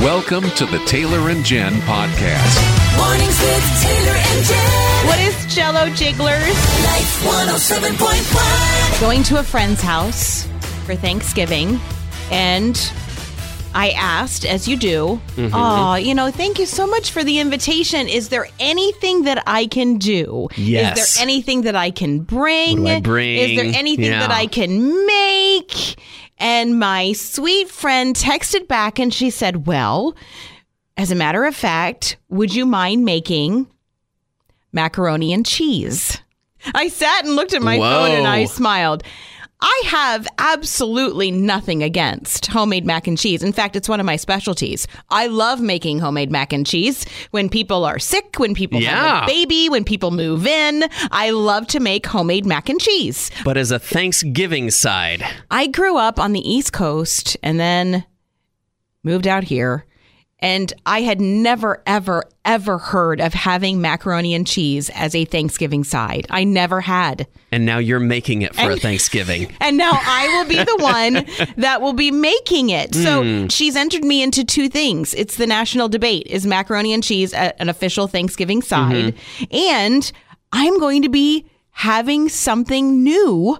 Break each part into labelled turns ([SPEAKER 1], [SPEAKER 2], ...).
[SPEAKER 1] Welcome to the Taylor and Jen podcast.
[SPEAKER 2] Mornings with Taylor and Jen.
[SPEAKER 3] What is Jello Jigglers?
[SPEAKER 2] Life 107.1.
[SPEAKER 3] Going to a friend's house for Thanksgiving, and I asked, as you do,
[SPEAKER 4] Mm-hmm.
[SPEAKER 3] oh, you know, thank you so much for the invitation. Is there anything that I can do? Is
[SPEAKER 4] Yes.
[SPEAKER 3] there anything that I can bring?
[SPEAKER 4] What do I bring?
[SPEAKER 3] Is there anything
[SPEAKER 4] Yeah.
[SPEAKER 3] that I can make? And my sweet friend texted back and she said, Well, as a matter of fact, would you mind making macaroni and cheese? I sat and looked at my phone and I
[SPEAKER 4] Whoa.
[SPEAKER 3] smiled. I have absolutely nothing against homemade mac and cheese. In fact, it's one of my specialties. I love making homemade mac and cheese when people are sick, when people have
[SPEAKER 4] Yeah.
[SPEAKER 3] a baby, when people move in. I love to make homemade mac and cheese.
[SPEAKER 4] But as a Thanksgiving side,
[SPEAKER 3] I grew up on the East Coast and then moved out here. And I had never, ever, ever heard of having macaroni and cheese as a Thanksgiving side. I never had.
[SPEAKER 4] and now you're making it for a
[SPEAKER 3] And-
[SPEAKER 4] Thanksgiving.
[SPEAKER 3] And now I will be the one that will be making it. So she's entered me into two things. It's the national debate is macaroni and cheese a- an official Thanksgiving side? And I'm going to be having something new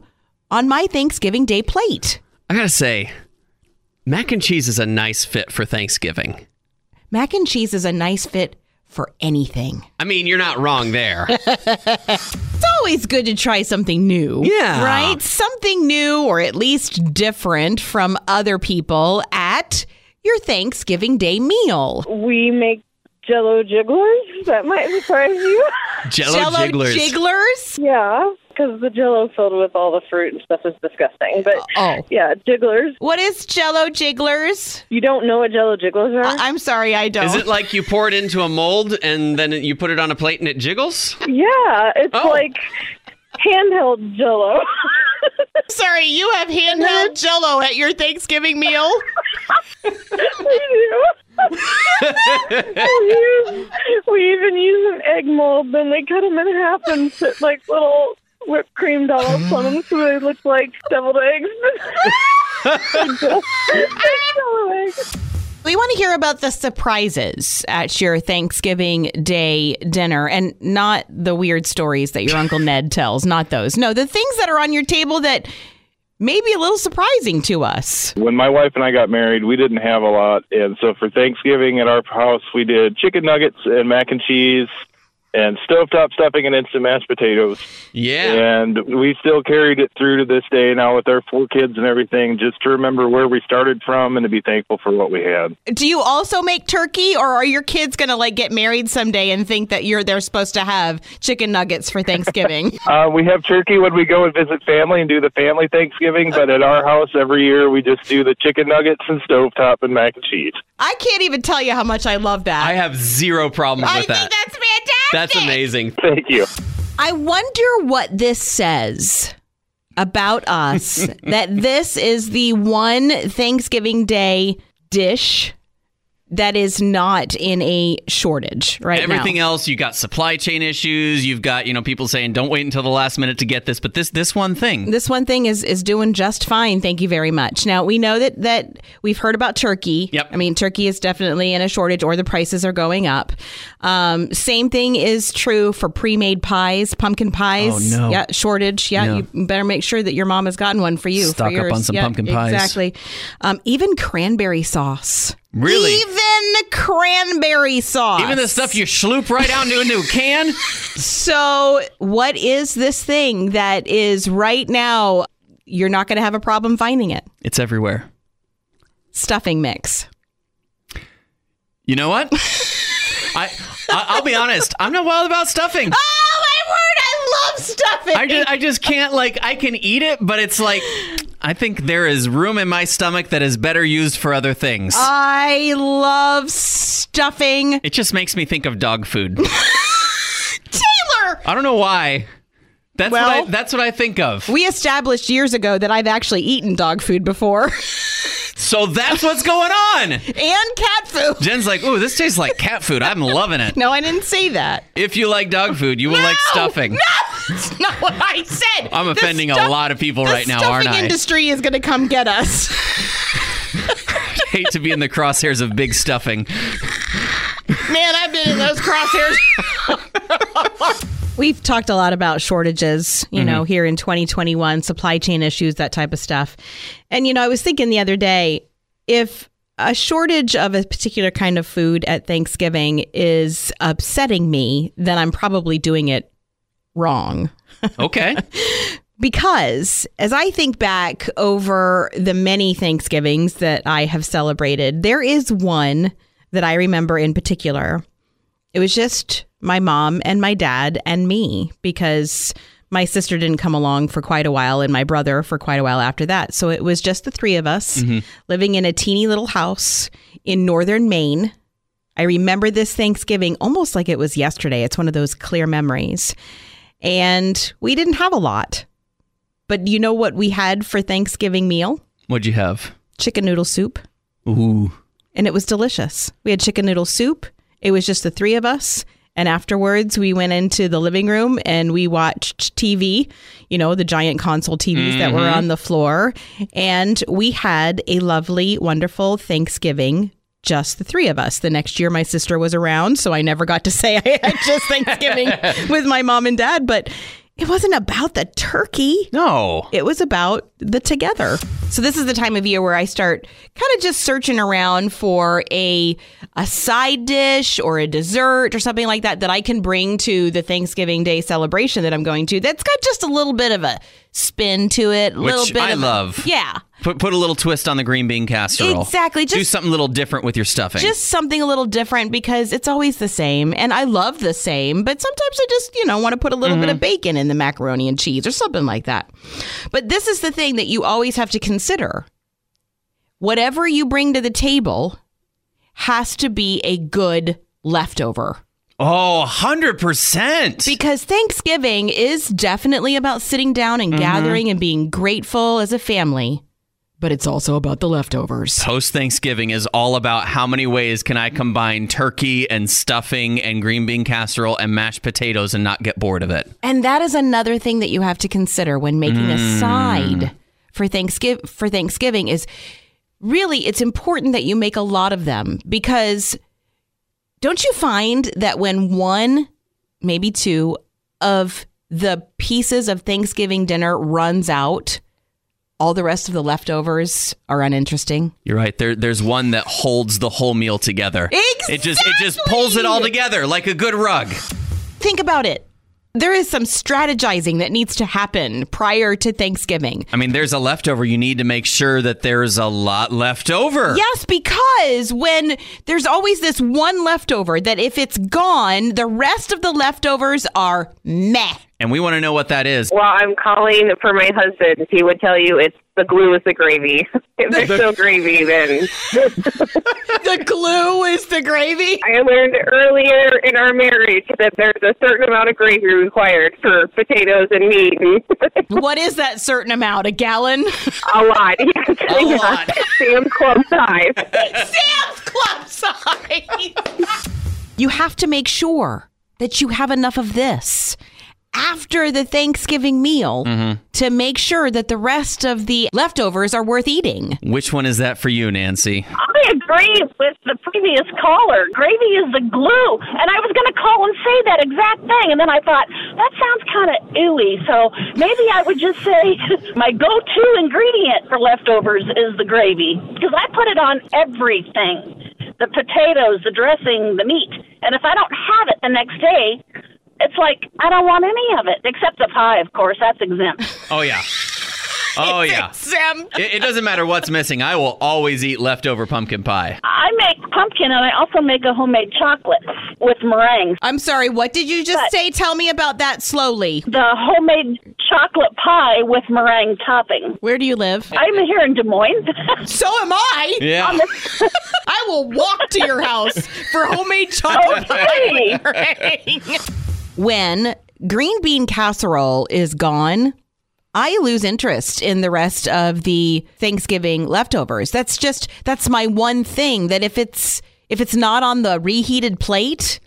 [SPEAKER 3] on my Thanksgiving Day plate.
[SPEAKER 4] I gotta say, mac and cheese is a nice fit for Thanksgiving.
[SPEAKER 3] Mac and cheese is a nice fit for anything.
[SPEAKER 4] I mean, you're not wrong there.
[SPEAKER 3] It's always good to try something new.
[SPEAKER 4] Yeah.
[SPEAKER 3] Right? Something new or at least different from other people at your Thanksgiving Day meal.
[SPEAKER 5] we make jello jigglers. That might surprise you.
[SPEAKER 4] Jello, jigglers.
[SPEAKER 3] jigglers?
[SPEAKER 5] yeah, because the jello filled with all the fruit and stuff is disgusting. But
[SPEAKER 3] Oh.
[SPEAKER 5] yeah, jigglers.
[SPEAKER 3] What is jello jigglers?
[SPEAKER 5] You don't know what jello jigglers are?
[SPEAKER 3] I- am sorry, I don't.
[SPEAKER 4] Is it like you pour it into a mold and then you put it on a plate and it jiggles?
[SPEAKER 5] yeah, it's
[SPEAKER 4] Oh.
[SPEAKER 5] like handheld jello.
[SPEAKER 3] sorry, you have handheld jello at your Thanksgiving meal?
[SPEAKER 5] we do. we, use, we even use an egg mold, then they cut them in half and put like little whipped cream dollops on them so they look like deviled eggs. They're just- they're deviled eggs.
[SPEAKER 3] We want to hear about the surprises at your Thanksgiving Day dinner and not the weird stories that your Uncle Ned tells, not those. No, the things that are on your table that may be a little surprising to us.
[SPEAKER 6] when my wife and I got married, we didn't have a lot, and so for Thanksgiving at our house, we did chicken nuggets and mac and cheese, and stovetop stuffing and instant mashed potatoes.
[SPEAKER 4] Yeah.
[SPEAKER 6] And we still carried it through to this day now with our four kids and everything, just to remember where we started from and to be thankful for what we had.
[SPEAKER 3] Do you also make turkey or are your kids going to like get married someday and think that you're they're supposed to have chicken nuggets for Thanksgiving?
[SPEAKER 6] Uh, we have turkey when we go and visit family and do the family Thanksgiving, but at our house every year we just do the chicken nuggets and stovetop and mac and cheese.
[SPEAKER 3] I can't even tell you how much I love that.
[SPEAKER 4] I have zero problems
[SPEAKER 3] I
[SPEAKER 4] with
[SPEAKER 3] think
[SPEAKER 4] that.
[SPEAKER 3] that's fantastic.
[SPEAKER 4] That's amazing.
[SPEAKER 6] Thank you.
[SPEAKER 3] I wonder what this says about us that this is the one Thanksgiving Day dish that is not in a shortage right
[SPEAKER 4] Everything
[SPEAKER 3] now.
[SPEAKER 4] else, you got supply chain issues. You've got you know people saying don't wait until the last minute to get this, but this this one thing.
[SPEAKER 3] This one thing is is doing just fine. Thank you very much. Now we know that that we've heard about turkey.
[SPEAKER 4] Yep.
[SPEAKER 3] I mean, turkey is definitely in a shortage, or the prices are going up. Um, same thing is true for pre-made pies, pumpkin pies.
[SPEAKER 4] Oh, no.
[SPEAKER 3] Yeah, shortage. Yeah,
[SPEAKER 4] No.
[SPEAKER 3] you better make sure that your mom has gotten one for you. for
[SPEAKER 4] Stock up
[SPEAKER 3] yours.
[SPEAKER 4] on some pumpkin pies.
[SPEAKER 3] Exactly. Um, even cranberry sauce.
[SPEAKER 4] Really?
[SPEAKER 3] Even cranberry sauce.
[SPEAKER 4] Even the stuff you sloop right out into into a can.
[SPEAKER 3] So, what is this thing that is right now? You're not going to have a problem finding it.
[SPEAKER 4] It's everywhere.
[SPEAKER 3] Stuffing mix.
[SPEAKER 4] You know what? I, I I'll be honest. I'm not wild about stuffing.
[SPEAKER 3] Oh my word! I love stuffing.
[SPEAKER 4] I just I just can't like I can eat it, but it's like I think there is room in my stomach that is better used for other things.
[SPEAKER 3] Uh, I love stuffing.
[SPEAKER 4] it just makes me think of dog food.
[SPEAKER 3] Taylor,
[SPEAKER 4] I don't know why. That's
[SPEAKER 3] Well-
[SPEAKER 4] what I, that's what I think of.
[SPEAKER 3] we established years ago that I've actually eaten dog food before
[SPEAKER 4] so that's what's going on.
[SPEAKER 3] and cat food.
[SPEAKER 4] Jen's like, "Ooh, this tastes like cat food. I'm loving it."
[SPEAKER 3] No, I didn't say that.
[SPEAKER 4] If you like dog food, you will like
[SPEAKER 3] No!
[SPEAKER 4] stuffing.
[SPEAKER 3] That's not what I said.
[SPEAKER 4] I'm
[SPEAKER 3] The
[SPEAKER 4] offending
[SPEAKER 3] stuff-
[SPEAKER 4] a lot of people
[SPEAKER 3] the
[SPEAKER 4] right now,
[SPEAKER 3] stuffing
[SPEAKER 4] aren't I?
[SPEAKER 3] industry is going to come get us.
[SPEAKER 4] hate to be in the crosshairs of big stuffing.
[SPEAKER 3] Man, I've been in those crosshairs. We've talked a lot about shortages, you know, here in 2021, supply chain issues, that type of stuff. And, you know, I was thinking the other day if a shortage of a particular kind of food at Thanksgiving is upsetting me, then I'm probably doing it wrong
[SPEAKER 4] Okay.
[SPEAKER 3] because as I think back over the many Thanksgivings that I have celebrated, there is one that I remember in particular. It was just my mom and my dad and me because my sister didn't come along for quite a while and my brother for quite a while after that. So it was just the three of us living in a teeny little house in northern Maine. I remember this Thanksgiving almost like it was yesterday. It's one of those clear memories. And we didn't have a lot. But you know what we had for Thanksgiving meal?
[SPEAKER 4] What'd you have?
[SPEAKER 3] Chicken noodle soup.
[SPEAKER 4] Ooh.
[SPEAKER 3] And it was delicious. We had chicken noodle soup. It was just the three of us. And afterwards, we went into the living room and we watched TV, you know, the giant console TVs that were on the floor. And we had a lovely, wonderful Thanksgiving, just the three of us. The next year, my sister was around, so I never got to say I had just Thanksgiving with my mom and dad. But it wasn't about the turkey
[SPEAKER 4] No.
[SPEAKER 3] it was about the together. So this is the time of year where I start kind of just searching around for a a side dish or a dessert or something like that that I can bring to the Thanksgiving Day celebration that I'm going to. That's got just a little bit of a spin to it, a little bit
[SPEAKER 4] I
[SPEAKER 3] of a-
[SPEAKER 4] love.
[SPEAKER 3] yeah.
[SPEAKER 4] Put, put a little twist on the green bean casserole.
[SPEAKER 3] Exactly,
[SPEAKER 4] Do
[SPEAKER 3] just-
[SPEAKER 4] something a little different with your stuffing.
[SPEAKER 3] Just something a little different because it's always the same and I love the same, but sometimes I just, you know, want to put a little bit of bacon in the macaroni and cheese or something like that. But this is the thing that you always have to consider. Whatever you bring to the table has to be a good leftover
[SPEAKER 4] oh, 100%.
[SPEAKER 3] because Thanksgiving is definitely about sitting down and gathering and being grateful as a family, but it's also about the leftovers.
[SPEAKER 4] Post Thanksgiving is all about how many ways can I combine turkey and stuffing and green bean casserole and mashed potatoes and not get bored of it.
[SPEAKER 3] And that is another thing that you have to consider when making a side for Thanksgiving for Thanksgiving is really it's important that you make a lot of them because don't you find that when one maybe two of the pieces of Thanksgiving dinner runs out all the rest of the leftovers are uninteresting.
[SPEAKER 4] You're right. There, there's one that holds the whole meal together. It just it just pulls it all
[SPEAKER 3] Exactly!
[SPEAKER 4] together like a good rug.
[SPEAKER 3] Think about it. There is some strategizing that needs to happen prior to Thanksgiving.
[SPEAKER 4] I mean, there's a leftover. You need to make sure that there's a lot left over.
[SPEAKER 3] Yes, because when there's always this one leftover that if it's gone, the rest of the leftovers are meh.
[SPEAKER 4] And we want to know what that is.
[SPEAKER 5] Well, I'm calling for my husband. He would tell you it's the glue is the gravy. if there's no gravy, then
[SPEAKER 3] The glue is the gravy.
[SPEAKER 5] I learned earlier in our marriage that there's a certain amount of gravy required for potatoes and meat. And
[SPEAKER 3] What is that certain amount? A gallon?
[SPEAKER 5] a lot. Yes,
[SPEAKER 4] A
[SPEAKER 5] yes.
[SPEAKER 4] lot.
[SPEAKER 5] Sam Club size.
[SPEAKER 3] Sam's Club size. you have to make sure that you have enough of this after the Thanksgiving meal to make sure that the rest of the leftovers are worth eating.
[SPEAKER 4] Which one is that for you, Nancy?
[SPEAKER 7] I agree with the previous caller. Gravy is the glue. And I was going to call and say that exact thing. And then I thought, that sounds kind of ooey. So maybe I would just say my go to ingredient for leftovers is the gravy. Because I put it on everything the potatoes, the dressing, the meat. And if I don't have it the next day, it's like I don't want any of it, except the pie, of course. That's exempt.
[SPEAKER 4] Oh yeah. Oh yeah.
[SPEAKER 3] Sam.
[SPEAKER 4] It, it doesn't matter what's missing. I will always eat leftover pumpkin pie.
[SPEAKER 7] I make pumpkin, and I also make a homemade chocolate with meringues.
[SPEAKER 3] I'm sorry, what did you just
[SPEAKER 7] But-
[SPEAKER 3] say? Tell me about that slowly.
[SPEAKER 7] the homemade chocolate pie with meringue topping.
[SPEAKER 3] Where do you live?
[SPEAKER 7] I'm here in Des Moines.
[SPEAKER 3] So am I.
[SPEAKER 4] Yeah.
[SPEAKER 3] I will walk to your house for homemade chocolate
[SPEAKER 7] Okay.
[SPEAKER 3] meringue. When green bean casserole is gone, I lose interest in the rest of the Thanksgiving leftovers. That's just that's my one thing that if it's if it's not on the reheated plate,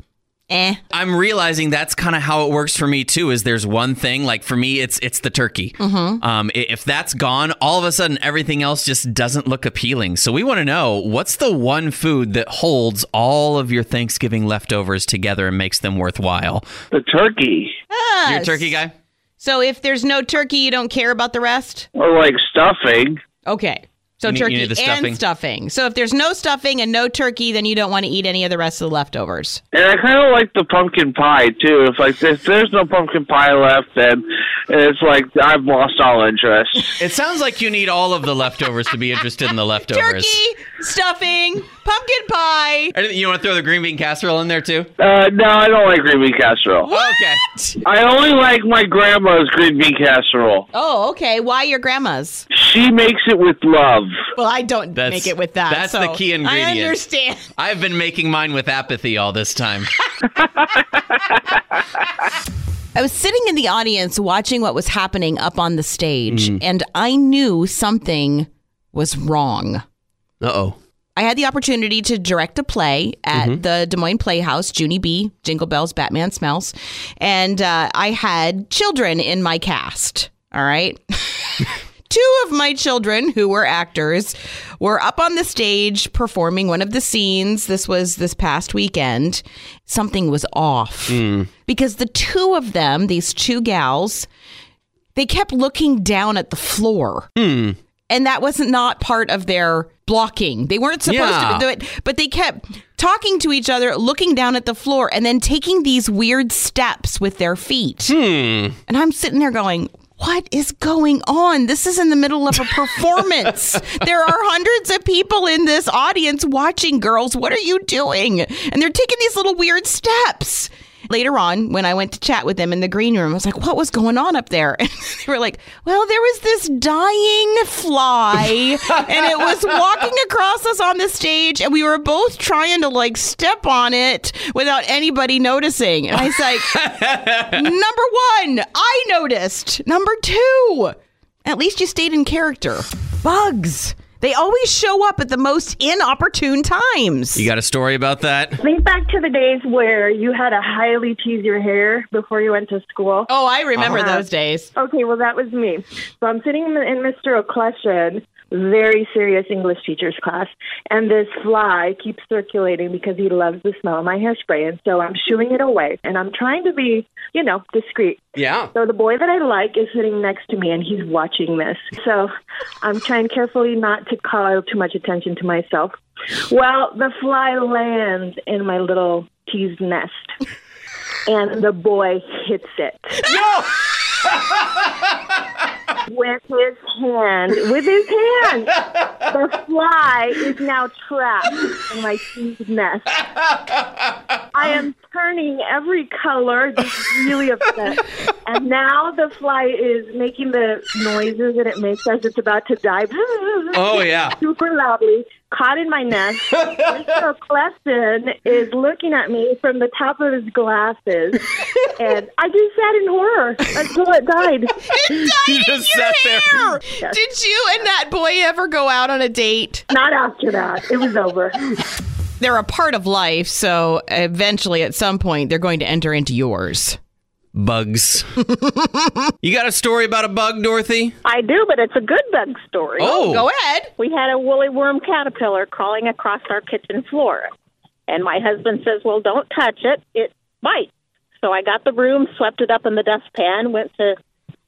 [SPEAKER 3] eh.
[SPEAKER 4] I'm realizing that's kind of how it works for me too. Is there's one thing like for me, it's it's the turkey. Um, i- if that's gone, all of a sudden everything else just doesn't look appealing. So we want to know what's the one food that holds all of your Thanksgiving leftovers together and makes them worthwhile.
[SPEAKER 6] The turkey,
[SPEAKER 4] You're a
[SPEAKER 3] Us.
[SPEAKER 4] turkey guy.
[SPEAKER 3] So if there's no turkey, you don't care about the rest?
[SPEAKER 6] or like stuffing.
[SPEAKER 3] Okay. So
[SPEAKER 4] You need- you
[SPEAKER 3] turkey
[SPEAKER 4] need the
[SPEAKER 3] and
[SPEAKER 4] stuffing.
[SPEAKER 3] stuffing. So if there's no stuffing and no turkey, then you don't want to eat any of the rest of the leftovers.
[SPEAKER 6] And I kind of like the pumpkin pie too. If like if there's no pumpkin pie left, then it's like I've lost all interest.
[SPEAKER 4] It sounds like you need all of the leftovers to be interested in the leftovers.
[SPEAKER 3] Turkey, stuffing, pumpkin pie.
[SPEAKER 4] Or You want to throw the green bean casserole in there too?
[SPEAKER 6] Uh, no, I don't like green bean casserole.
[SPEAKER 4] Okay.
[SPEAKER 6] I only like my grandma's green bean casserole.
[SPEAKER 3] Oh, okay. Why your grandma's?
[SPEAKER 6] She makes it with love.
[SPEAKER 3] Well, I don't
[SPEAKER 4] That's-
[SPEAKER 3] make it with that.
[SPEAKER 4] that's the
[SPEAKER 3] so
[SPEAKER 4] key ingredient.
[SPEAKER 3] I understand.
[SPEAKER 4] I've been making mine with apathy all this time.
[SPEAKER 3] I was sitting in the audience watching what was happening up on the stage,
[SPEAKER 4] Mm.
[SPEAKER 3] and I knew something was wrong.
[SPEAKER 4] Uh oh.
[SPEAKER 3] I had the opportunity to direct a play at
[SPEAKER 4] Mm-hmm.
[SPEAKER 3] the Des Moines Playhouse, Junie B, Jingle Bells, Batman Smells. And uh, I had children in my cast. All right. Two of my children, who were actors, were up on the stage performing one of the scenes. This was this past weekend. Something was off because the two of them, these two gals, they kept looking down at the floor and that was not part of their blocking. They weren't supposed
[SPEAKER 4] Yeah.
[SPEAKER 3] to do it, but they kept talking to each other, looking down at the floor, and then taking these weird steps with their feet. And I'm sitting there going, what is going on? This is in the middle of a performance. there are hundreds of people in this audience watching girls. What are you doing? And they're taking these little weird steps. Later on, when I went to chat with them in the green room, I was like, what was going on up there? And they were like, well, there was this dying fly and it was walking across us on the stage, and we were both trying to like step on it without anybody noticing. And I was like, Number one, I noticed. Number two, at least you stayed in character. Bugs. They always show up at the most inopportune times.
[SPEAKER 4] You got a story about that?
[SPEAKER 7] Think back to the days where you had to highly tease your hair before you went to school.
[SPEAKER 3] oh, I remember
[SPEAKER 4] Uh-huh.
[SPEAKER 3] those days.
[SPEAKER 7] Okay, well, that was me. So I'm sitting in in Mr. O'Cleshan, very serious English teacher's class, and this fly keeps circulating because he loves the smell of my hairspray. And so I'm shooing it away, and I'm trying to be, you know, discreet.
[SPEAKER 4] Yeah.
[SPEAKER 7] So the boy that I like is sitting next to me, and he's watching this. So I'm trying carefully not to call too much attention to myself. Well, the fly lands in my little teased nest, and the boy hits it with his hand. With his hand, the fly is now trapped in my teased nest. I am turning every color, just really upset. And now the fly is making the noises that it makes as it's about to die.
[SPEAKER 4] Oh, yeah.
[SPEAKER 7] Super loudly, caught in my nest. Mr. Clefton is looking at me from the top of his glasses, and I just sat in horror until it died.
[SPEAKER 4] You just sat there.
[SPEAKER 3] Did you and that boy ever go out on a date?
[SPEAKER 7] Not after that. It was over.
[SPEAKER 3] They're a part of life, so eventually at some point they're going to enter into yours.
[SPEAKER 4] Bugs. you got a story about a bug, Dorothy?
[SPEAKER 7] I do, but it's a good bug story.
[SPEAKER 4] Oh.
[SPEAKER 3] Go ahead.
[SPEAKER 7] We had a woolly worm caterpillar crawling across our kitchen floor. And my husband says, Well, don't touch it. It bites. So I got the broom, swept it up in the dustpan, went to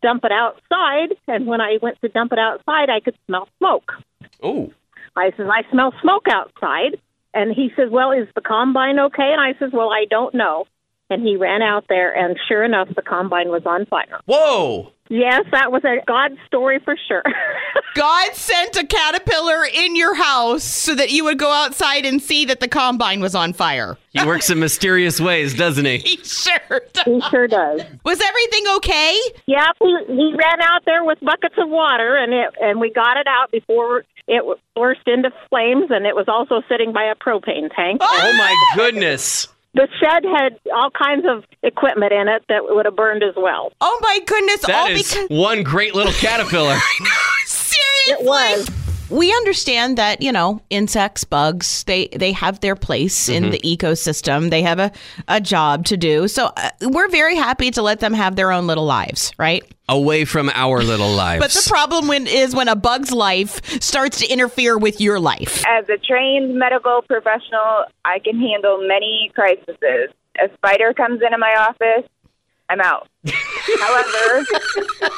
[SPEAKER 7] dump it outside. And when I went to dump it outside, I could smell smoke.
[SPEAKER 4] Oh.
[SPEAKER 7] I says, I smell smoke outside. And he says, Well, is the combine okay? And I says, Well, I don't know. And he ran out there, and sure enough, the combine was on fire.
[SPEAKER 4] Whoa.
[SPEAKER 7] Yes, that was a God story for sure.
[SPEAKER 3] God sent a caterpillar in your house so that you would go outside and see that the combine was on fire.
[SPEAKER 4] He works in mysterious ways, doesn't he?
[SPEAKER 3] He sure does.
[SPEAKER 7] he sure does.
[SPEAKER 3] Was everything okay?
[SPEAKER 7] Yeah, we, we ran out there with buckets of water, and it and we got it out before it w- burst into flames, and it was also sitting by a propane tank.
[SPEAKER 4] Oh my goodness.
[SPEAKER 7] The shed had all kinds of equipment in it that would have burned as well.
[SPEAKER 3] Oh my goodness!
[SPEAKER 4] That
[SPEAKER 3] all
[SPEAKER 4] is
[SPEAKER 3] because
[SPEAKER 4] one great little caterpillar.
[SPEAKER 3] seriously,
[SPEAKER 7] was.
[SPEAKER 3] we understand that you know insects bugs they they have their place in the ecosystem they have a, a job to do so uh, we're very happy to let them have their own little lives right
[SPEAKER 4] away from our little lives.
[SPEAKER 3] but the problem when is when a bug's life starts to interfere with your life
[SPEAKER 8] As a trained medical professional, I can handle many crises. A spider comes into my office, I'm out. However,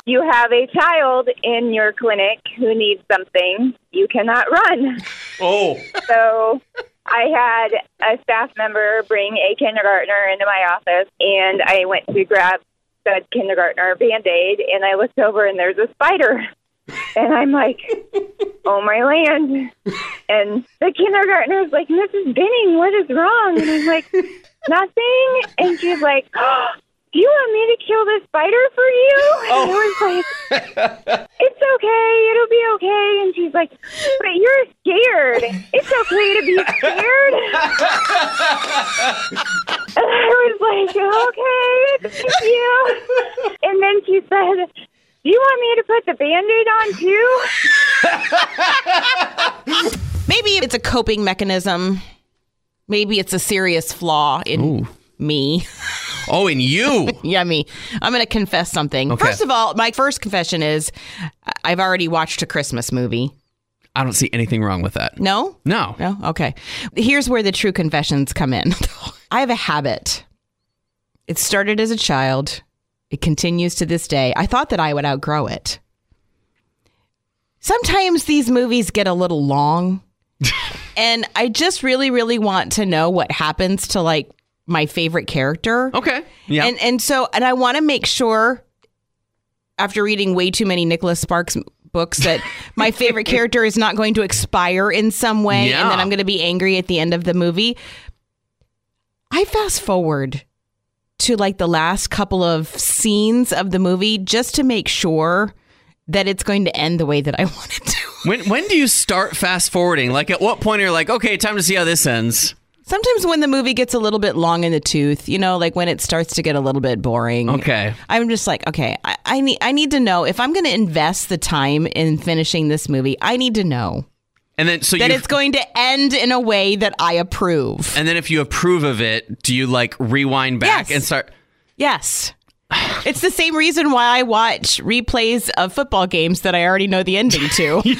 [SPEAKER 8] you have a child in your clinic who needs something, you cannot run.
[SPEAKER 4] oh,
[SPEAKER 8] So I had a staff member bring a kindergartner into my office, and I went to grab said kindergartner band aid, and I looked over, and there's a spider. And I'm like, oh my land. And the kindergartner's like, Mrs. Binning, what is wrong? And I'm like, nothing. And she's like, do you want me to kill this spider for you? And I was like, it's okay, it'll be okay. And she's like, but you're scared. It's okay to be scared. and I was like, okay, thank you. And then she said, do you want me to put the band-aid on too?
[SPEAKER 3] maybe it's a coping mechanism maybe it's a serious flaw in me
[SPEAKER 4] oh, and you.
[SPEAKER 3] yummy. I'm going to confess something. First of all, my first confession is I- I've already watched a Christmas movie.
[SPEAKER 4] I don't see anything wrong with that.
[SPEAKER 3] No?
[SPEAKER 4] No.
[SPEAKER 3] No? Okay. Here's where the true confessions come in. I have a habit. It started as a child, it continues to this day. I thought that I would outgrow it. Sometimes these movies get a little long. and I just really, really want to know what happens to like my favorite character.
[SPEAKER 4] Okay. Yeah.
[SPEAKER 3] And and so and I want to make sure after reading way too many Nicholas Sparks m- books that my favorite character is not going to expire in some way and then
[SPEAKER 4] Yeah.
[SPEAKER 3] I'm going to be angry at the end of the movie. I fast forward to like the last couple of scenes of the movie just to make sure that it's going to end the way that I want it to.
[SPEAKER 4] when when do you start fast forwarding? Like at what point are you like, okay, time to see how this ends?
[SPEAKER 3] Sometimes when the movie gets a little bit long in the tooth, you know, like when it starts to get a little bit boring.
[SPEAKER 4] Okay.
[SPEAKER 3] I'm just like, okay, I, I need I need to know if I'm gonna invest the time in finishing this movie, I need to know
[SPEAKER 4] And then so
[SPEAKER 3] that
[SPEAKER 4] you
[SPEAKER 3] it's going to end in a way that I approve.
[SPEAKER 4] and then if you approve of it, do you like rewind back
[SPEAKER 3] Yes.
[SPEAKER 4] and start
[SPEAKER 3] yes. It's the same reason why I watch replays of football games that I already know the ending to.
[SPEAKER 4] you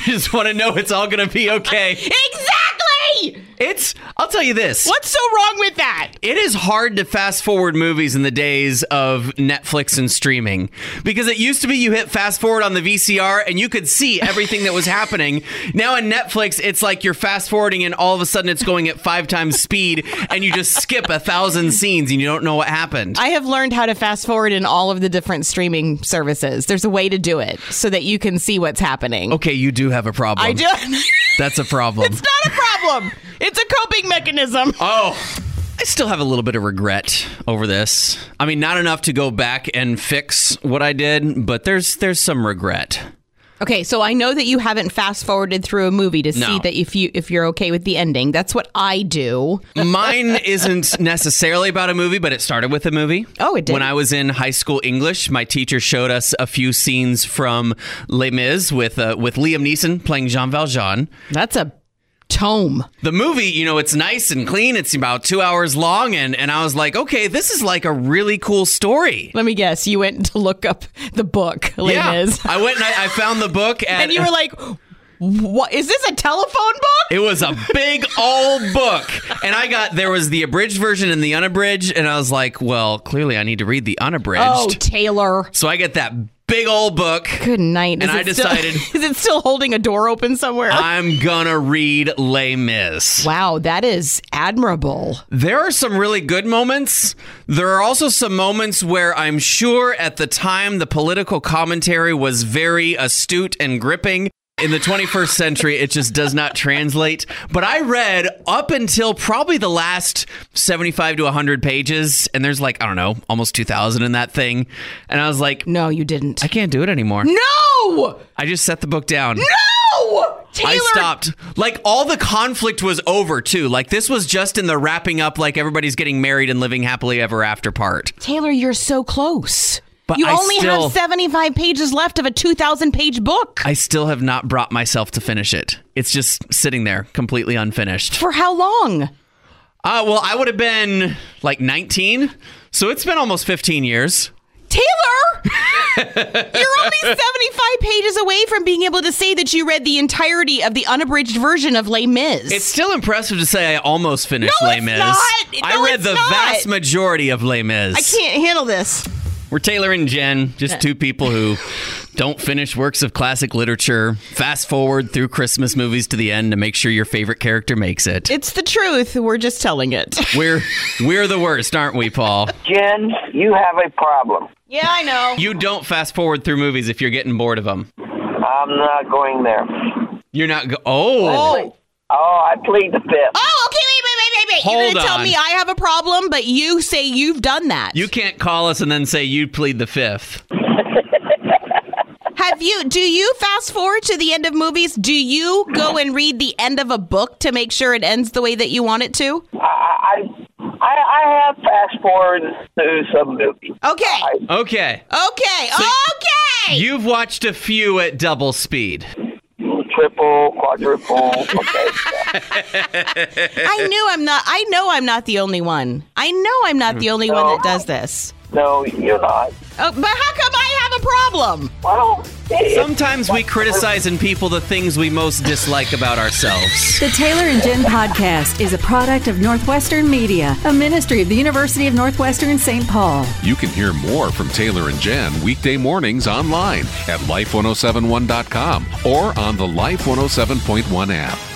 [SPEAKER 4] just want to know it's all going to be okay.
[SPEAKER 3] exactly!
[SPEAKER 4] It's I'll tell you this.
[SPEAKER 3] What's so wrong with that?
[SPEAKER 4] It is hard to fast forward movies in the days of Netflix and streaming because it used to be you hit fast forward on the VCR and you could see everything that was happening. Now in Netflix, it's like you're fast forwarding and all of a sudden it's going at five times speed and you just skip a thousand scenes and you don't know what happened.
[SPEAKER 3] I have learned how to fast forward in all of the different streaming services. There's a way to do it so that you can see what's happening.
[SPEAKER 4] Okay, you do have a problem.
[SPEAKER 3] I do. it's
[SPEAKER 4] That's a problem.
[SPEAKER 3] not a problem. It's a coping mechanism.
[SPEAKER 4] oh. I still have a little bit of regret over this. I mean, not enough to go back and fix what I did, but there's there's some regret.
[SPEAKER 3] Okay, so I know that you haven't fast forwarded through a movie to see
[SPEAKER 4] No.
[SPEAKER 3] that if you if you're okay with the ending. That's what I do.
[SPEAKER 4] Mine isn't necessarily about a movie, but it started with a movie.
[SPEAKER 3] Oh, it did.
[SPEAKER 4] When I was in high school English, my teacher showed us a few scenes from Les Mis with uh, with Liam Neeson playing Jean Valjean.
[SPEAKER 3] That's a tome.
[SPEAKER 4] The movie, you know, it's nice and clean. It's about two hours long, and and I was like, okay, this is like a really cool story.
[SPEAKER 3] Let me guess, you went to look up the book, Les Mis.
[SPEAKER 4] I went and I, I found the book, and,
[SPEAKER 3] and you were like, "What is this a telephone book?"
[SPEAKER 4] It was a big old book. And I got there was the abridged version and the unabridged, and I was like, well, clearly I need to read the unabridged.
[SPEAKER 3] Oh, Taylor.
[SPEAKER 4] So I get that big old book.
[SPEAKER 3] Good night. Is
[SPEAKER 4] And I
[SPEAKER 3] it still-
[SPEAKER 4] decided-
[SPEAKER 3] is it still holding a door open somewhere?
[SPEAKER 4] I'm gonna read Les Mis.
[SPEAKER 3] wow, that is admirable.
[SPEAKER 4] There are some really good moments. There are also some moments where I'm sure at the time the political commentary was very astute and gripping. In the 21st century, it just does not translate. But I read up until probably the last 75 to 100 pages, and there's like, I don't know, almost 2,000 in that thing. And I was like,
[SPEAKER 3] No, you didn't.
[SPEAKER 4] I can't do it anymore.
[SPEAKER 3] no!
[SPEAKER 4] I just set the book down.
[SPEAKER 3] No! Taylor.
[SPEAKER 4] I stopped. Like all the conflict was over too. Like this was just in the wrapping up, like everybody's getting married and living happily ever after part.
[SPEAKER 3] Taylor, you're so close.
[SPEAKER 4] But
[SPEAKER 3] you
[SPEAKER 4] I
[SPEAKER 3] only
[SPEAKER 4] still-
[SPEAKER 3] have 75 pages left of a 2,000 page book.
[SPEAKER 4] I still have not brought myself to finish it. It's just sitting there completely unfinished.
[SPEAKER 3] For how long?
[SPEAKER 4] Uh, well, I would have been like 19. So it's been almost 15 years.
[SPEAKER 3] Taylor! You're only 75 pages away from being able to say that you read the entirety of the unabridged version of Les Mis.
[SPEAKER 4] It's still impressive to say I almost finished
[SPEAKER 3] No,
[SPEAKER 4] Les
[SPEAKER 3] it's
[SPEAKER 4] Mis.
[SPEAKER 3] not. No,
[SPEAKER 4] I read
[SPEAKER 3] it's
[SPEAKER 4] the
[SPEAKER 3] not.
[SPEAKER 4] vast majority of Les Mis.
[SPEAKER 3] I can't handle this.
[SPEAKER 4] We're Taylor and Jen, just two people who don't finish works of classic literature. Fast forward through Christmas movies to the end to make sure your favorite character makes it.
[SPEAKER 3] It's the truth. We're just telling it.
[SPEAKER 4] We're we're the worst, aren't we, Paul?
[SPEAKER 9] Jen, you have a problem.
[SPEAKER 3] yeah, I know.
[SPEAKER 4] You don't fast forward through movies if you're getting bored of them.
[SPEAKER 9] I'm not going there.
[SPEAKER 4] You're not. Go- oh,
[SPEAKER 3] Oh.
[SPEAKER 9] Oh, I plead the fifth.
[SPEAKER 3] Oh, okay, wait, wait, wait, wait, wait. You're
[SPEAKER 4] Hold
[SPEAKER 3] going to tell
[SPEAKER 4] on.
[SPEAKER 3] me I have a problem, but you say you've done that.
[SPEAKER 4] you can't call us and then say you plead the fifth.
[SPEAKER 3] Have you? Do you fast forward to the end of movies? Do you go and read the end of a book to make sure it ends the way that you want it to?
[SPEAKER 9] I, I, I I have fast forward to some movies.
[SPEAKER 3] Okay.
[SPEAKER 4] Okay,
[SPEAKER 3] Okay. okay.
[SPEAKER 4] you've watched a few at double speed.
[SPEAKER 9] Triple, quadruple. Okay.
[SPEAKER 3] I knew I'm not. I know I'm not the only one. I know I'm not the only one that does this.
[SPEAKER 9] no, you're not.
[SPEAKER 3] Oh, but how come I have a problem?
[SPEAKER 9] Well,
[SPEAKER 4] Sometimes we criticize in people the things we most dislike about ourselves.
[SPEAKER 10] The Taylor and Jen podcast is a product of Northwestern Media, a ministry of the University of Northwestern St. Paul.
[SPEAKER 1] You can hear more from Taylor and Jen weekday mornings oh online at life1071.com or on the Life 107.1 app.